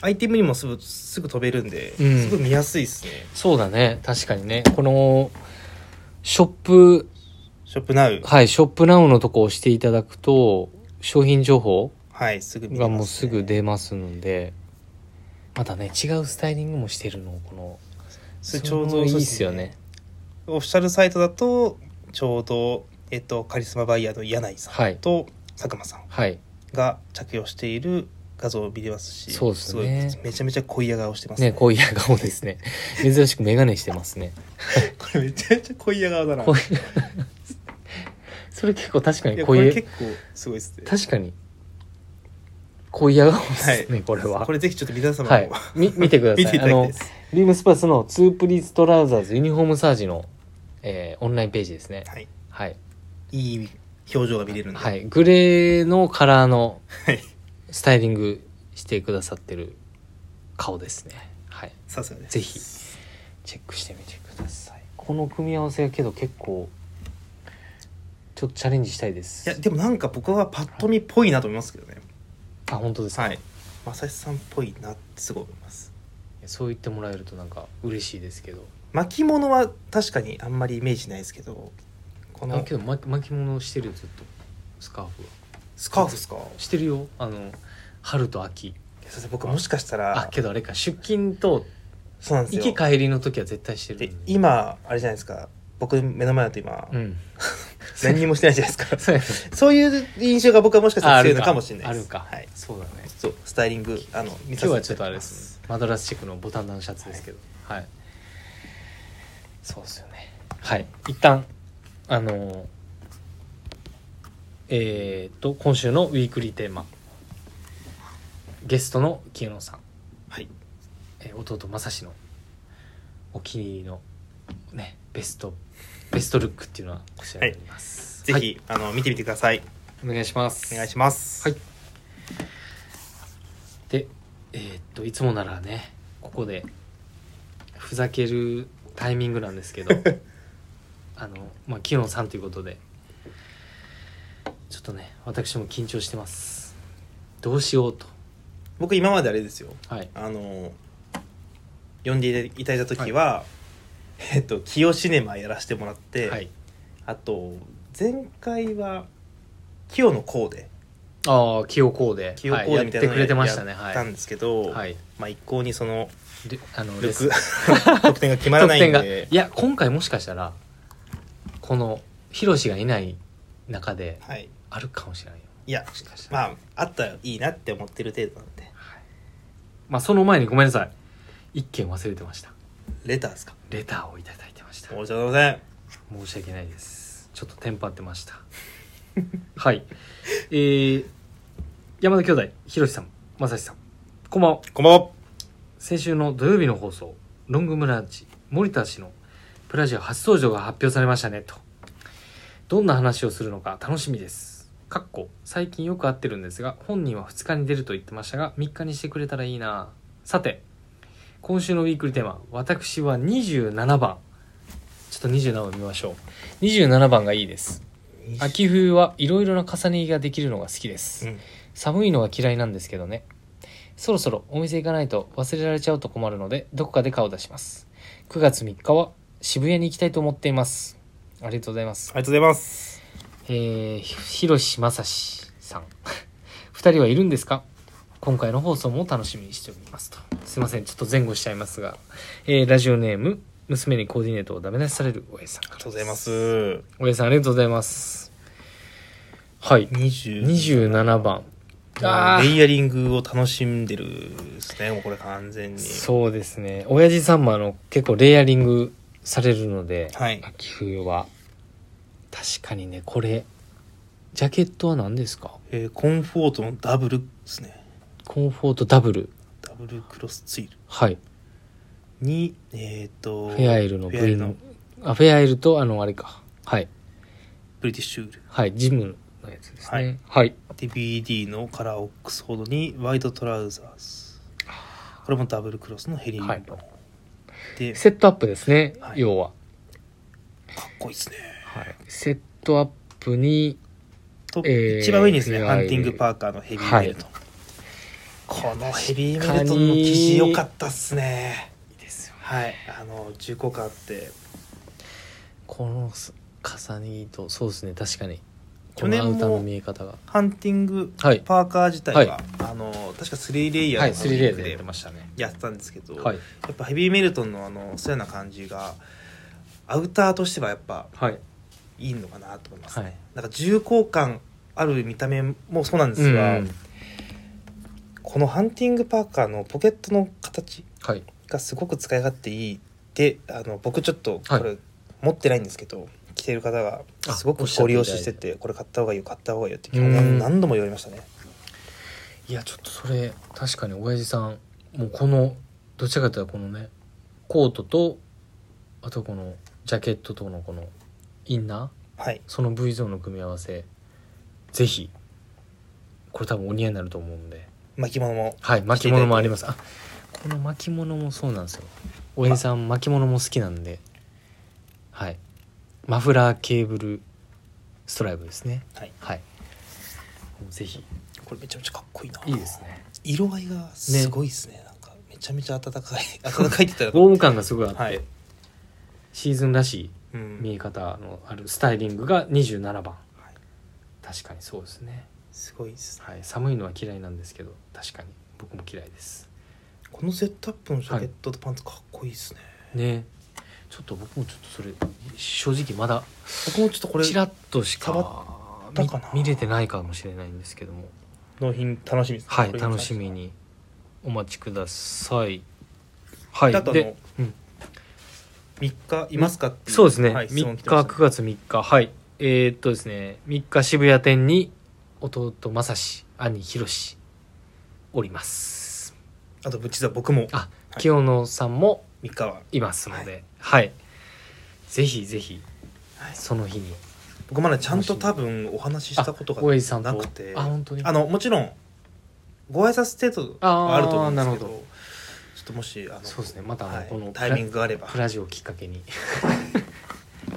Speaker 2: アイテムにもすぐすぐ飛べるんで、
Speaker 1: うん
Speaker 2: すごい見やすいですね
Speaker 1: そうだね確かにねこのショップ
Speaker 2: ショップナウ
Speaker 1: はいショップナウのとこを押していただくと商品情報
Speaker 2: はいすぐ見
Speaker 1: が
Speaker 2: れます、ね、
Speaker 1: もうすぐ出ますのでまたね違うスタイリングもしてるのこの
Speaker 2: それ
Speaker 1: それもいいっすよね
Speaker 2: オフィシャルサイトだとちょうどえっと、カリスマバイヤーの柳井さ
Speaker 1: はい
Speaker 2: んと佐久間さん
Speaker 1: はい
Speaker 2: が着用している画像を見れますし
Speaker 1: そうですね
Speaker 2: ごいめちゃめちゃ濃いや顔してますね
Speaker 1: ねこういう顔ですね珍しく眼鏡してますね
Speaker 2: これめちゃめちゃ濃いや顔だな
Speaker 1: こういうそれ結構確か
Speaker 2: い
Speaker 1: に
Speaker 2: や
Speaker 1: こ
Speaker 2: こ
Speaker 1: うい
Speaker 2: れ
Speaker 1: う
Speaker 2: 結構すごいですね
Speaker 1: 確かにこういう顔ですね、これは
Speaker 2: これぜひちょっと皆様も、
Speaker 1: はいみ見てくださ
Speaker 2: 見てい
Speaker 1: い
Speaker 2: た
Speaker 1: あ
Speaker 2: だきたい
Speaker 1: の
Speaker 2: です
Speaker 1: リームスパースのツープリーズトラウザーズユニフォームサージの、えーオンラインページですね
Speaker 2: はい
Speaker 1: はい、
Speaker 2: いい表情が見れるんで、
Speaker 1: はい、グレーのカラーの
Speaker 2: はい
Speaker 1: スタイリングしてくださってる顔ですねはい
Speaker 2: さすがです
Speaker 1: ぜひチェックしてみてくださいこの組み合わせがけど結構ちょっとチャレンジしたいで
Speaker 2: い
Speaker 1: す
Speaker 2: やでもなんか僕はパッと見っぽいなと思いますけどね
Speaker 1: あ本当ですか、
Speaker 2: はい正志さんっぽいなってすごい思います
Speaker 1: そう言ってもらえるとなんか嬉しいですけど
Speaker 2: 巻物は確かにあんまりイメージないですけどこ
Speaker 1: あ
Speaker 2: の
Speaker 1: けど巻巻物してるよずっとスカーフは
Speaker 2: スカーフですかい
Speaker 1: してるよあの春と秋
Speaker 2: や先生僕もしかした
Speaker 1: あ
Speaker 2: ら
Speaker 1: けどあれか出勤と
Speaker 2: そうなんです
Speaker 1: 行
Speaker 2: よ
Speaker 1: き帰りの時は絶対してる
Speaker 2: で
Speaker 1: んで
Speaker 2: 今あれじゃないですか僕目の前だと今、
Speaker 1: うん
Speaker 2: 何にもしてないじゃないですか
Speaker 1: そうやね
Speaker 2: そういう印象が僕はもしかした
Speaker 1: あ
Speaker 2: ら
Speaker 1: あ
Speaker 2: 強い
Speaker 1: る
Speaker 2: の
Speaker 1: か
Speaker 2: かもしれないです
Speaker 1: あるか
Speaker 2: はい、
Speaker 1: そうだね
Speaker 2: そうスタイリングあの見
Speaker 1: 今
Speaker 2: さ
Speaker 1: 日
Speaker 2: せていただ
Speaker 1: はい
Speaker 2: て
Speaker 1: ちょっとあれですねマドラスチェックのボタンダウンシャツですけどはい、そうですよねはい一旦あのーえー、っと今週のウィークリーテーマゲストの清野さん、
Speaker 2: はい
Speaker 1: えー弟正志のお気に入りのねベストベストルックっていうのはこちらになります、
Speaker 2: ぜひ、あの見てみてください
Speaker 1: はいお願いします
Speaker 2: お願いします
Speaker 1: はいでえーっといつもならねここでふざけるタイミングなんですけ どあのまあキノンさんということでちょっとね私も緊張してますどうしようと
Speaker 2: 僕今まであれですよ
Speaker 1: はい
Speaker 2: あの呼んでいただいた時は、えっと「キヨシネマ」やらせてもらって、
Speaker 1: はい
Speaker 2: あと前回は「キヨのコーデ
Speaker 1: ああ清コーデ」
Speaker 2: キヨコー
Speaker 1: は
Speaker 2: デ
Speaker 1: い、や
Speaker 2: みた
Speaker 1: っ
Speaker 2: いな
Speaker 1: てく
Speaker 2: のを
Speaker 1: れ
Speaker 2: や
Speaker 1: てましたね
Speaker 2: や
Speaker 1: は
Speaker 2: ったん
Speaker 1: い、
Speaker 2: ですけど、
Speaker 1: はい、
Speaker 2: まあ、一向にその
Speaker 1: であの
Speaker 2: ル
Speaker 1: レ
Speaker 2: ック
Speaker 1: ス
Speaker 2: 得点が決まらないん
Speaker 1: 得点
Speaker 2: で
Speaker 1: がいや今回もしかしたらこのヒロシがいない中で
Speaker 2: はい、
Speaker 1: あるかもしれないよ
Speaker 2: いや
Speaker 1: もしかしたら
Speaker 2: まああったらいいなって思ってる程度なんで
Speaker 1: まあ、その前にごめんなさい。一件忘れてました。
Speaker 2: レターですか
Speaker 1: レターをいただいてました。
Speaker 2: 申し訳ございま
Speaker 1: 申し訳ないです。ちょっとテンパってました。はい。えー、山田兄弟、ひろしさん、まさしさん、こんばんは。
Speaker 2: せんこんばんは
Speaker 1: 先週の土曜日の放送、ロングムランチ、森田氏のプラジオ初登場が発表されましたね、と。どんな話をするのか楽しみです。かっこ、最近よく会ってるんですが、本人は2日に出ると言ってましたが、3日にしてくれたらいいなさて、今週のウィークリーテーマ、私は27番。ちょっと27番見ましょう。27番がいいです。秋冬はいろいろな重ね着ができるのが好きです
Speaker 2: う。ん
Speaker 1: 寒いのは嫌いなんですけどねそろそろお店行かないと忘れられちゃうと困るのでどこかで顔出します9月3日は渋谷に行きたいと思っていますありがとうございます
Speaker 2: ありがとうございます
Speaker 1: えー、ひろしまさしさん 2人はいるんですか今回の放送も楽しみにしておりますとすいませんちょっと前後しちゃいますが、えーラジオネーム娘にコーディネートをダメ出しされる親さん
Speaker 2: あ
Speaker 1: か
Speaker 2: り
Speaker 1: ら
Speaker 2: がと
Speaker 1: で
Speaker 2: うございます
Speaker 1: 親さんありがとうございますはい
Speaker 2: 20
Speaker 1: 27番あー
Speaker 2: レイヤリングを楽しんでるですねもうこれ完全に
Speaker 1: そうですね親父さんもあの結構レイヤリングされるので、
Speaker 2: はい
Speaker 1: 秋冬は確かにねこれジャケットは何ですか
Speaker 2: えーコンフォートのダブルですね
Speaker 1: コンフォートダブル
Speaker 2: ダブルクロスツイル
Speaker 1: はい
Speaker 2: にえっ、と
Speaker 1: フェアエルの
Speaker 2: フェアエ
Speaker 1: V のあフェアエルとあのあれかはい
Speaker 2: ブリティッシュール
Speaker 1: はいジムのやつですねはい、
Speaker 2: DVD のカラーオックスフォードにワイドトラウザーズこれもダブルクロスのヘリング、
Speaker 1: はい
Speaker 2: でか
Speaker 1: セットアップですね、
Speaker 2: はい
Speaker 1: 要は、
Speaker 2: っこいいですね
Speaker 1: はい、セットアップに
Speaker 2: と、
Speaker 1: えー
Speaker 2: 一番上にですね
Speaker 1: フェアエ
Speaker 2: ハ
Speaker 1: ル
Speaker 2: ンティングパーカーのヘビーベルト、このヘビーベルトの生地良かったっすね
Speaker 1: いいですよ
Speaker 2: はいあの重厚感あって
Speaker 1: このす重ね着とそうですね確かにこ
Speaker 2: 去
Speaker 1: の
Speaker 2: 年
Speaker 1: ア
Speaker 2: も
Speaker 1: ウターの見え方が
Speaker 2: ハンティング
Speaker 1: はい
Speaker 2: パーカー自体は、
Speaker 1: はい
Speaker 2: あの確か3レイヤ
Speaker 1: は
Speaker 2: ー
Speaker 1: い
Speaker 2: の
Speaker 1: スリーレイヤーでや
Speaker 2: で
Speaker 1: ってましたね
Speaker 2: やってたんですけど、
Speaker 1: はい
Speaker 2: やっぱヘビーメルトンのあのそういうような感じがアウターとしてはやっぱ
Speaker 1: はい
Speaker 2: いいのかなと思います、
Speaker 1: はい
Speaker 2: なんか重厚感ある見た目もそうなんですが、
Speaker 1: うん
Speaker 2: このハンティングパーカーのポケットの形
Speaker 1: はい
Speaker 2: がすごく使い勝手いいであの僕ちょっとこ
Speaker 1: は
Speaker 2: れ持ってないんですけど、着てる方が
Speaker 1: あ
Speaker 2: すご
Speaker 1: お
Speaker 2: く
Speaker 1: っしゃっ
Speaker 2: ご
Speaker 1: て
Speaker 2: 利
Speaker 1: いただ
Speaker 2: 用
Speaker 1: いて
Speaker 2: ししててこれ買った方がいいよ買った方がいいよって
Speaker 1: うん
Speaker 2: 何度も言われましたね
Speaker 1: いやちょっとそれ確かに親父さんもうこのどちらかというとこのねコートとあとこのジャケットとのこのインナー
Speaker 2: はい
Speaker 1: その V ゾーンの組み合わせぜひこれ多分お似合いになると思うんで
Speaker 2: 巻物も
Speaker 1: はい巻物もありますあこの巻物もそうなんですよおやじさん巻物も好きなんではいマフラーケーブルストライブですね
Speaker 2: はい
Speaker 1: はいぜひ
Speaker 2: これめちゃめちゃかっこいいない
Speaker 1: いですね
Speaker 2: 色合いがすごいですねなんかめちゃめちゃ暖かい 暖かいって言った
Speaker 1: ウォーム感がすごいあって、
Speaker 2: らはい、
Speaker 1: シーズンらしい
Speaker 2: うん
Speaker 1: 見え方のあるスタイリングが27番
Speaker 2: はい
Speaker 1: 確かにそうですね、
Speaker 2: すごいですね
Speaker 1: はい、寒いのは嫌いなんですけど確かに僕も嫌いです
Speaker 2: このセットアップのジャケットとパンツかっこいいですね、
Speaker 1: ねちょっと僕もちょっとそれ正直まだ
Speaker 2: 僕もちょっとこれ
Speaker 1: ちらっとしか
Speaker 2: 触ったかな
Speaker 1: 見見れてないかもしれないんですけども
Speaker 2: 納品楽しみですね
Speaker 1: はい
Speaker 2: これ関
Speaker 1: 楽
Speaker 2: して
Speaker 1: し
Speaker 2: は
Speaker 1: みにお待ちくださいはい
Speaker 2: であとあ
Speaker 1: で
Speaker 2: の、
Speaker 1: うん
Speaker 2: 3日いますかってい
Speaker 1: そうですね、
Speaker 2: はい質
Speaker 1: 3
Speaker 2: 問
Speaker 1: 日
Speaker 2: 来てましたね
Speaker 1: 9月3日はいえーっとですね3日渋谷店に弟正志兄宏おります
Speaker 2: あと実は僕も
Speaker 1: あ、
Speaker 2: い
Speaker 1: 清野さんも
Speaker 2: 3日はい
Speaker 1: ますのではい、ぜひぜひその日に
Speaker 2: 僕まだちゃんと多分お話ししたことが
Speaker 1: 大江さんと
Speaker 2: なくて
Speaker 1: あ本当に
Speaker 2: あのもちろんご挨拶程度はあると思うんですけ
Speaker 1: あ
Speaker 2: ど
Speaker 1: ーなるほ
Speaker 2: ちょっともしあの
Speaker 1: そうですねまたあの
Speaker 2: はい
Speaker 1: この
Speaker 2: タイミングがあれば
Speaker 1: プラジオをきっかけに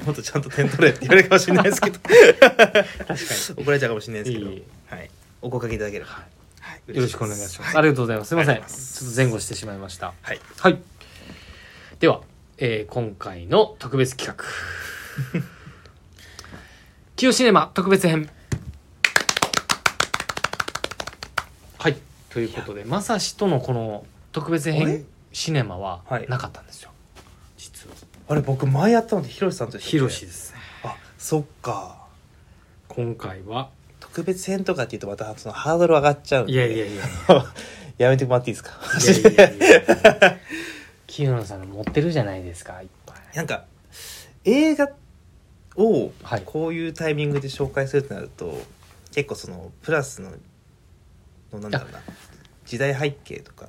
Speaker 2: もっとちゃんと点取れって言われるかもしれないです けど
Speaker 1: 確かに
Speaker 2: 怒られちゃうかもしれないですけど
Speaker 1: いい
Speaker 2: はい、お声かけいただければ、
Speaker 1: は
Speaker 2: はい
Speaker 1: よろしくお願いします、
Speaker 2: は
Speaker 1: ありがとうございますすいませんちょ
Speaker 2: ありがとうございます
Speaker 1: っと前後してしまいました
Speaker 2: はい、
Speaker 1: はいでは、えー今回の特別企画 「キヨシネマ特別編」はいということでまさしとのこの特別
Speaker 2: あれ
Speaker 1: 編シネマは
Speaker 2: はい
Speaker 1: なかったんですよ、実は
Speaker 2: あれ僕前やったのでひろしさんと
Speaker 1: ヒロシ
Speaker 2: で
Speaker 1: ですね
Speaker 2: あそっか
Speaker 1: 今回は
Speaker 2: 特別編とかっていうとまたそのハードル上がっちゃうんで
Speaker 1: いやいやいや
Speaker 2: やめてもらっていいですか
Speaker 1: いやいやいやい や清野さんの持ってるじゃないですかいっぱい
Speaker 2: なんか映画を
Speaker 1: はい
Speaker 2: こういうタイミングで紹介するってなると、結構そのプラスののなんだろうな時代背景とか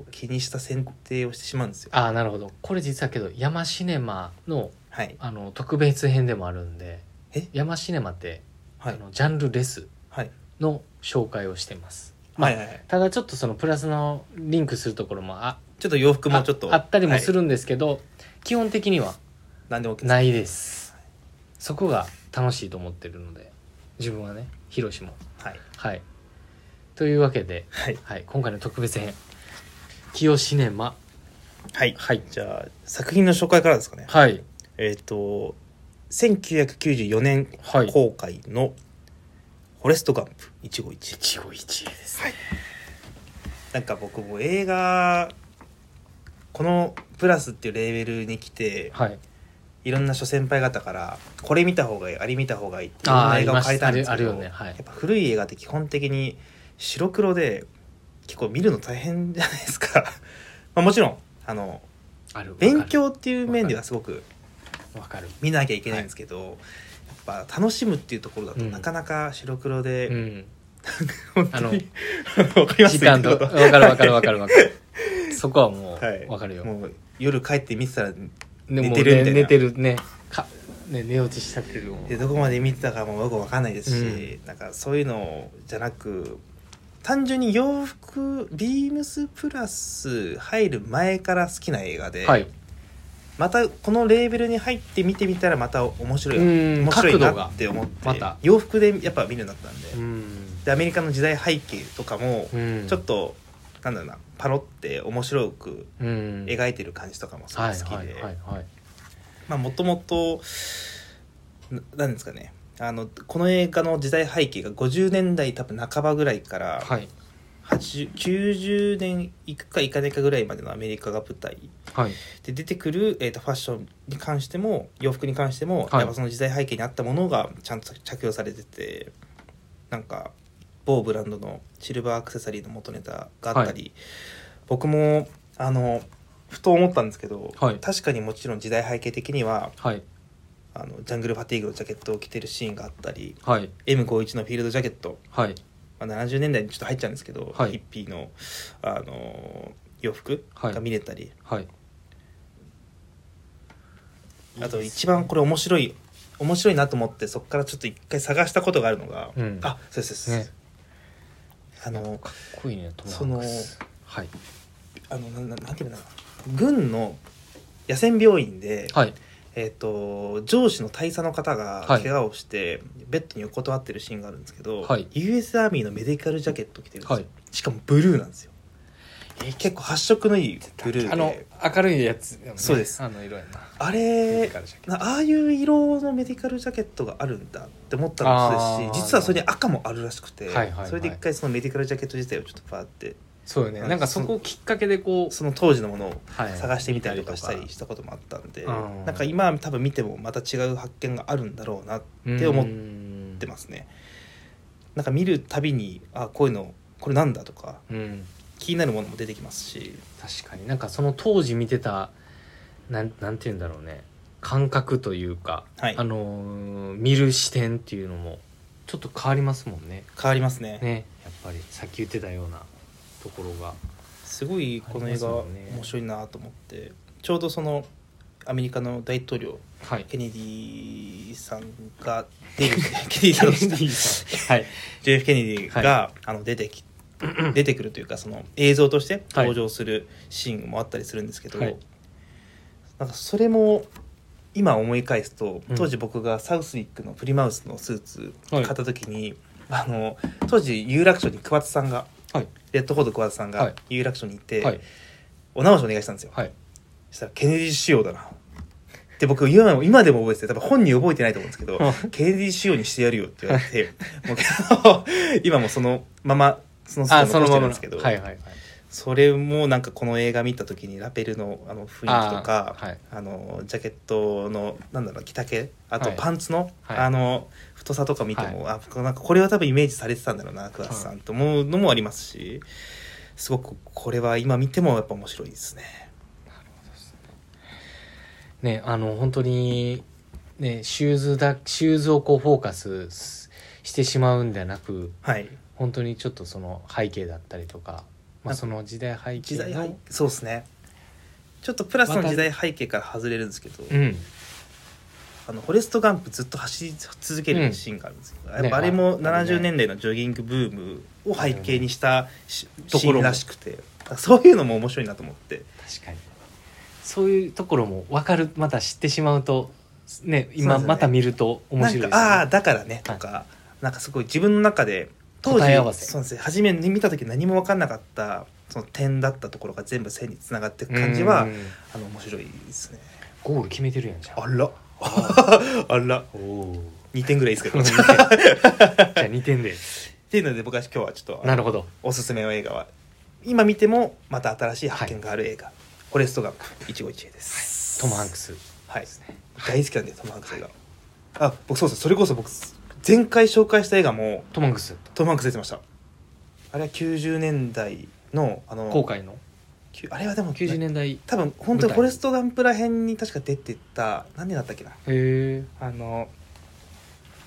Speaker 2: を気にした選定をしてしまうんですよ。
Speaker 1: ああなるほどこれ実はけど山シネマの
Speaker 2: はい
Speaker 1: あの特別編でもあるんで
Speaker 2: え
Speaker 1: 山シネマって、
Speaker 2: はい
Speaker 1: あのジャンルレス
Speaker 2: はい
Speaker 1: の紹介をしてます
Speaker 2: はいはいはい。
Speaker 1: ただちょっとそのプラスのリンクするところもあ
Speaker 2: ちょっと洋服もちょっと
Speaker 1: ああったりもす
Speaker 2: はい
Speaker 1: るんですけど、基本的には
Speaker 2: なんでも OK です
Speaker 1: ないですそこが楽しいと思ってるので自分はねヒロシも
Speaker 2: はい
Speaker 1: はいというわけで、
Speaker 2: はい
Speaker 1: はい、今回の特別編「キヨシネマ
Speaker 2: はい」。
Speaker 1: はい
Speaker 2: じゃあ作品の紹介からですかね。
Speaker 1: はい
Speaker 2: えっ、と1994年
Speaker 1: はい
Speaker 2: 公開の「フォレストガンプ151」
Speaker 1: 一期一会です
Speaker 2: はいなんか僕も映画このプラスっていうレーベルに来て
Speaker 1: はい
Speaker 2: いろんな諸先輩方からこれ見た方がいいあれ見た方がいいっていろん
Speaker 1: あー
Speaker 2: な
Speaker 1: あ
Speaker 2: 映
Speaker 1: り
Speaker 2: 画を
Speaker 1: ま
Speaker 2: 借り
Speaker 1: す
Speaker 2: た
Speaker 1: あ
Speaker 2: ん
Speaker 1: る
Speaker 2: です
Speaker 1: あ
Speaker 2: け
Speaker 1: る
Speaker 2: ど、
Speaker 1: よねはい
Speaker 2: やっぱ古い映画って基本的に白黒で結構見るの大変じゃないですか まあもちろんあの
Speaker 1: ある
Speaker 2: 勉強っていう面ではすごく
Speaker 1: わかる
Speaker 2: 見なきゃいけないんですけど、やっぱ楽しむっていうところだ
Speaker 1: う
Speaker 2: と
Speaker 1: ん
Speaker 2: なかなか白黒で、
Speaker 1: うん
Speaker 2: 本
Speaker 1: あ
Speaker 2: 当
Speaker 1: の
Speaker 2: に わかります
Speaker 1: 時間と
Speaker 2: 言
Speaker 1: わ
Speaker 2: ってる
Speaker 1: か
Speaker 2: こと
Speaker 1: るわかるわかるわか るそこはも
Speaker 2: はいう
Speaker 1: わかるよ、
Speaker 2: もう夜帰って見てたら
Speaker 1: でも
Speaker 2: 寝てるみたいな
Speaker 1: ね寝てるねかね寝落ちしたってるもん
Speaker 2: でどこまで見てたかもよくわかんないですし、
Speaker 1: う
Speaker 2: なんかそういうのじゃなく単純に洋服ビームスプラス入る前から好きな映画で、
Speaker 1: はい
Speaker 2: またこのレーベルに入って見てみたらまた面白い、
Speaker 1: うん
Speaker 2: 面白い
Speaker 1: 角度
Speaker 2: な
Speaker 1: が
Speaker 2: って思って、
Speaker 1: また
Speaker 2: 洋服でやっぱ見るようになったんで,、
Speaker 1: うん
Speaker 2: でアメリカの時代背景とかも
Speaker 1: うん
Speaker 2: ちょっと、なんだろうなパロって面白く
Speaker 1: うん
Speaker 2: 描いてる感じとかもすごい好きで。
Speaker 1: はいはいはいはい
Speaker 2: まあもともと何ですかねあのこの映画の時代背景が50年代多分半ばぐらいから
Speaker 1: はい
Speaker 2: 80 90年いくかいかねかぐらいまでのアメリカが舞台
Speaker 1: はい
Speaker 2: で出てくる、えー、とファッションに関しても洋服に関しても、
Speaker 1: はい
Speaker 2: やっぱその時代背景にあったものがちゃんと着用されててなんか某ブランドのシルバーアクセサリーの元ネタがあったり、僕もあのふと思ったんですけど、
Speaker 1: はい
Speaker 2: 確かにもちろん時代背景的には
Speaker 1: はい
Speaker 2: あのジャングルファティーグのジャケットを着てるシーンがあったり
Speaker 1: はい
Speaker 2: M51 のフィールドジャケット、
Speaker 1: はい
Speaker 2: まあ、70年代にちょっと入っちゃうんですけど、
Speaker 1: はい
Speaker 2: ヒッピーの、あの洋服が見れたり、
Speaker 1: はい
Speaker 2: あと一番これ面白い面白いなと思ってそこからちょっと一回探したことがあるのが、
Speaker 1: うん
Speaker 2: あそうですそうです、
Speaker 1: ね
Speaker 2: あの
Speaker 1: かっこいいねトム・ハ
Speaker 2: そ
Speaker 1: ン
Speaker 2: の
Speaker 1: クスはい
Speaker 2: あのなななんていうんだろうな軍の野戦病院で、
Speaker 1: はい
Speaker 2: えー、と上司の大佐の方が
Speaker 1: はい
Speaker 2: 怪我をして、ベッドに横たわってるシーンがあるんですけど、
Speaker 1: はい
Speaker 2: US アーミーのメディカルジャケット着てるんですよ、
Speaker 1: はい
Speaker 2: しかもブルーなんですよ
Speaker 1: え
Speaker 2: 結構発色のいいブルーで
Speaker 1: あの明るいやつ、ね、
Speaker 2: そうです
Speaker 1: あの色やな
Speaker 2: あ
Speaker 1: メ
Speaker 2: れ
Speaker 1: ディカルジャケッ
Speaker 2: なああいう色のメディカルジャケットがあるんだって思ったのもそうで
Speaker 1: あー
Speaker 2: すし実はそれに赤もあるらしくて、
Speaker 1: はいはいはい
Speaker 2: それで一回そのメディカルジャケット自体をちょっとパーって
Speaker 1: トそうよねなんかそこをきっかけでこう、
Speaker 2: その当時のものを
Speaker 1: はい
Speaker 2: 探してみたりとかした
Speaker 1: 見
Speaker 2: りしたこともあったん
Speaker 1: う
Speaker 2: で、
Speaker 1: ん
Speaker 2: なんか今は多分見てもまた違う発見があるんだろうなっ
Speaker 1: り
Speaker 2: て
Speaker 1: とか
Speaker 2: 思ってますね。なんか見るたびにあこういうのこれなんだとか
Speaker 1: うんうん
Speaker 2: 気になるものも出てきますし
Speaker 1: 確かになんかその当時見てたなんなんて言うんだろうね感覚というか、
Speaker 2: はい
Speaker 1: あのー見る視点っていうのもちょっと変わりますもんね
Speaker 2: 変わりますね
Speaker 1: ねやっぱりさっき言ってたようなところが
Speaker 2: すごいこの映
Speaker 1: あります
Speaker 2: 画
Speaker 1: もんね
Speaker 2: 面白いなと思ってちょうどそのアメリカの大統領
Speaker 1: はい
Speaker 2: ケネディさんが 出るケネディさんでした
Speaker 1: はい
Speaker 2: JF ケネディが、あの出てき 出てくるというかその映像として登場するシーンもあったりするんですけど、
Speaker 1: はい
Speaker 2: なんかそれも今思い返すと
Speaker 1: うん
Speaker 2: 当時僕がサウスウィックのプリマウスのスーツ
Speaker 1: は
Speaker 2: 買
Speaker 1: い
Speaker 2: った時に、あの当時有楽町に桑田さんが
Speaker 1: はい
Speaker 2: レッドコード桑田さん
Speaker 1: はい
Speaker 2: が有楽町にいて、
Speaker 1: はい
Speaker 2: お直しお願いしたんですよ。
Speaker 1: はい
Speaker 2: そしたらケネディ仕様だな。って僕今も今でも覚えてて多分本人覚えてないと思うんですけど
Speaker 1: う
Speaker 2: ケネディ仕様にしてやるよって言われ てもう今もそのままそのスー
Speaker 1: あ
Speaker 2: ツ
Speaker 1: そ
Speaker 2: を残
Speaker 1: の
Speaker 2: して
Speaker 1: ままの
Speaker 2: るんですけど
Speaker 1: はいはいはい
Speaker 2: それもなんかこの映画見た時にラペルのあの雰囲気とか
Speaker 1: あーはい
Speaker 2: あのジャケットのなんだろう着丈あと
Speaker 1: はい
Speaker 2: パンツの、
Speaker 1: はい
Speaker 2: あの太さとか見ても、あこなんかこれは多分イメージされてたんだろうな桑田さんと思うのもありますしすごくこれは今見てもやっぱ面白いですね。
Speaker 1: ねあの本当にねシューズだシューズをこうフォーカスすしてしまうんではなく
Speaker 2: はい、
Speaker 1: 本当にちょっとその背景だったりとか、ま
Speaker 2: なんか
Speaker 1: あ、その時代背
Speaker 2: 時
Speaker 1: 景
Speaker 2: 代背
Speaker 1: の
Speaker 2: 景そうですねちょっとプラスの時代背景から外れるんですけど、
Speaker 1: うん
Speaker 2: あのフォレスト・ガンプずっと走り続けるシーンがあるんですけど、
Speaker 1: ん
Speaker 2: やっぱあれも
Speaker 1: ねああるね
Speaker 2: 70年代のジョギングブームを背景にしたし
Speaker 1: と
Speaker 2: シ
Speaker 1: ころも
Speaker 2: ーンらしくてそういうのも面白いなと思って
Speaker 1: 確かにそういうところも分かるまた知ってしまうとね
Speaker 2: そうで
Speaker 1: 今
Speaker 2: すね
Speaker 1: また見ると面白い
Speaker 2: なん
Speaker 1: です、ね、
Speaker 2: かああーだからねとか、なんかすごい自分の中で当時
Speaker 1: 答え合わせ
Speaker 2: そうなんですよ初めに見た時何も分かんなかったその点だったところが全部線につながっていく感じは
Speaker 1: うん
Speaker 2: あの面白いですね
Speaker 1: ゴール決めてるやんじゃん
Speaker 2: あら あら
Speaker 1: おお ー
Speaker 2: 2点ぐらいですけ
Speaker 1: じゃ
Speaker 2: どっ
Speaker 1: あ2点で
Speaker 2: ていうので僕は今日はちょっとあの
Speaker 1: なるほど
Speaker 2: おすすめの映画は今見てもまた新しい発見がある映画「フォレストガンプ一期一会」です、
Speaker 1: トム・ハンクス
Speaker 2: はい大好きなんでトム・ハンクス映画あ僕そうそうそれこそ僕前回紹介した映画も
Speaker 1: トム・ハンクス
Speaker 2: トム・ハンクス出てましたあれは90年代のあの
Speaker 1: 後悔の
Speaker 2: きゅあれはでも
Speaker 1: 90年代へ
Speaker 2: 多分本当にフォレストガンプら辺に確か出てた何年だったっけな
Speaker 1: え
Speaker 2: あの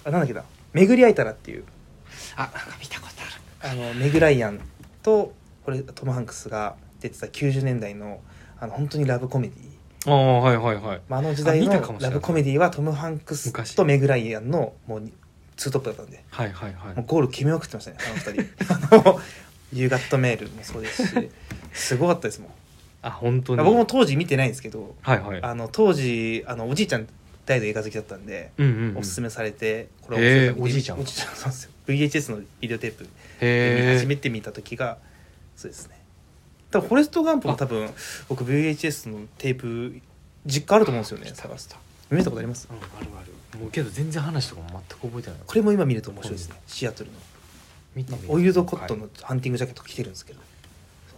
Speaker 2: あなんだっけな「巡り会えたら」っていう
Speaker 1: あなんか見たことある
Speaker 2: あのメグ・ライアンとこれトム・ハンクスが出てた90年代のあの本当にラブコメディ
Speaker 1: ああはいはいはい
Speaker 2: まああの時代
Speaker 1: あ見たかも
Speaker 2: の
Speaker 1: しれ
Speaker 2: ラ
Speaker 1: ない
Speaker 2: ブコメディはトム・ハンクス
Speaker 1: 昔
Speaker 2: とメグ・ライアンのもうツートップだったんで
Speaker 1: はいはいは
Speaker 2: もう
Speaker 1: い
Speaker 2: ゴール決めまくってましたね あの2人あの夕方メールもそうですしすごかったですもん
Speaker 1: あ本当に
Speaker 2: 僕も当時見てないんですけど
Speaker 1: はいはい
Speaker 2: あの当時あのおじいちゃん大の映画好きだったんで
Speaker 1: うんうんうん
Speaker 2: おすす
Speaker 1: め
Speaker 2: めされてこ
Speaker 1: へー
Speaker 2: 面白いから見て
Speaker 1: おじいちゃん
Speaker 2: おじいちゃんそうですよ VHS のビデオテープ
Speaker 1: へえ
Speaker 2: 初めて見た時がそうですね多分フォレスト・ガンプも多分僕 VHS のテープ実家あると思うんですよね探すと見たことあります
Speaker 1: うん、あるあるもうけど全然話とかも全く覚えてない
Speaker 2: これも今見ると面白いですねシアトルの
Speaker 1: 見てみよう
Speaker 2: オイルドコットンのハンティングジャケット着てるんですけど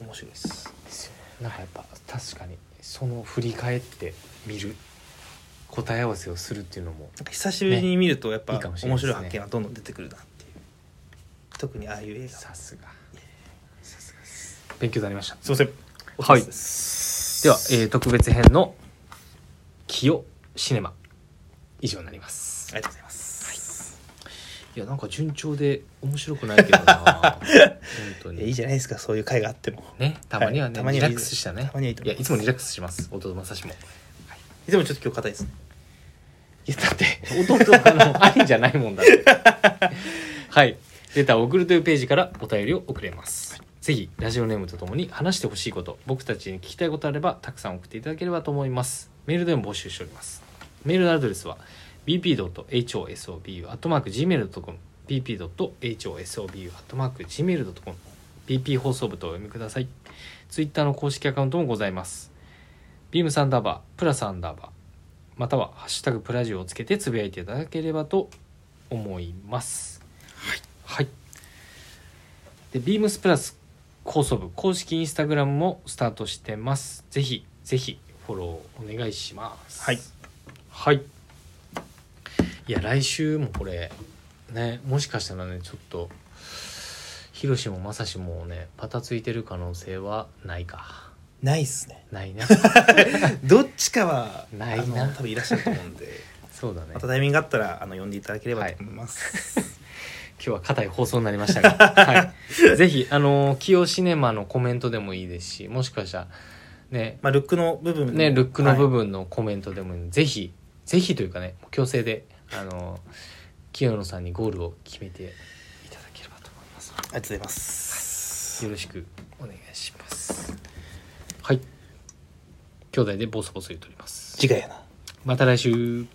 Speaker 2: 面白いです
Speaker 1: ですよねなんかやっぱ確かにその振り返って見る答え合わせをするっていうのも
Speaker 2: なんか久しぶりに見るとやっぱ
Speaker 1: いいかもしれない
Speaker 2: 面
Speaker 1: ですね
Speaker 2: 白い発見がどんどん出てくるなっていう特にああいう映画
Speaker 1: さすがさすがです勉強になりました
Speaker 2: すいません
Speaker 1: はい
Speaker 2: お疲れ様です
Speaker 1: では、えー特別編の「キヨシネマ」以上になります
Speaker 2: ありがとうございます、
Speaker 1: いやなんか順調で面白くないけど な本当
Speaker 2: いやいい
Speaker 1: に
Speaker 2: じゃないですかそういう回があっても
Speaker 1: ねたまにはね、
Speaker 2: はいたまに
Speaker 1: リ
Speaker 2: は
Speaker 1: ラ
Speaker 2: いい
Speaker 1: ックスしたね
Speaker 2: たまにはいいと思い
Speaker 1: や
Speaker 2: ます
Speaker 1: いつもリラックスします弟正志も
Speaker 2: でもちょっと今日硬いですね
Speaker 1: いやだって弟あの兄じゃないもんだって はいレターを送るというページからお便りを送れます、ぜひラジオネームとともに話してほしいこと僕たちに聞きたいことあればたくさん送っていただければと思いますメールでも募集しておりますメールのアドレスは bp.hosobu.gmail.com bp.hosobu.gmail.com bp 放送部とお読みくださいツイッターの公式アカウントもございますビームサンダーバープラサンダーバーまたは「ハッシュタグプラジオ」をつけてつぶやいていただければと思いますはい、でビームスプラス構想部公式インスタグラムもスタートしてますぜひぜひフォローお願いします
Speaker 2: はい
Speaker 1: はいいや来週もこれねもしかしたらねちょっとヒロシもマサシもねパタついてる可能性はないか
Speaker 2: ないっ すね
Speaker 1: ない な
Speaker 2: どっちかは
Speaker 1: ないな
Speaker 2: あの多分いらっしゃると思うんで
Speaker 1: そうだね
Speaker 2: またタイミングがあったらあの呼んでいただければと思います、
Speaker 1: 今日は硬い放送になりま したが、はい、ぜひあのキヨシネマのコメントでもいいですしもしかしたらね
Speaker 2: まあルックの部分も
Speaker 1: ねルックの部
Speaker 2: はい
Speaker 1: 分のコメントでもいいので、ぜひぜひというかね強制であの清野さんにゴールを決めていただければと思いますので
Speaker 2: ありがとうございます、
Speaker 1: よろしくお願いしますはい兄弟でボソボソ言っております
Speaker 2: 次回やな
Speaker 1: また来週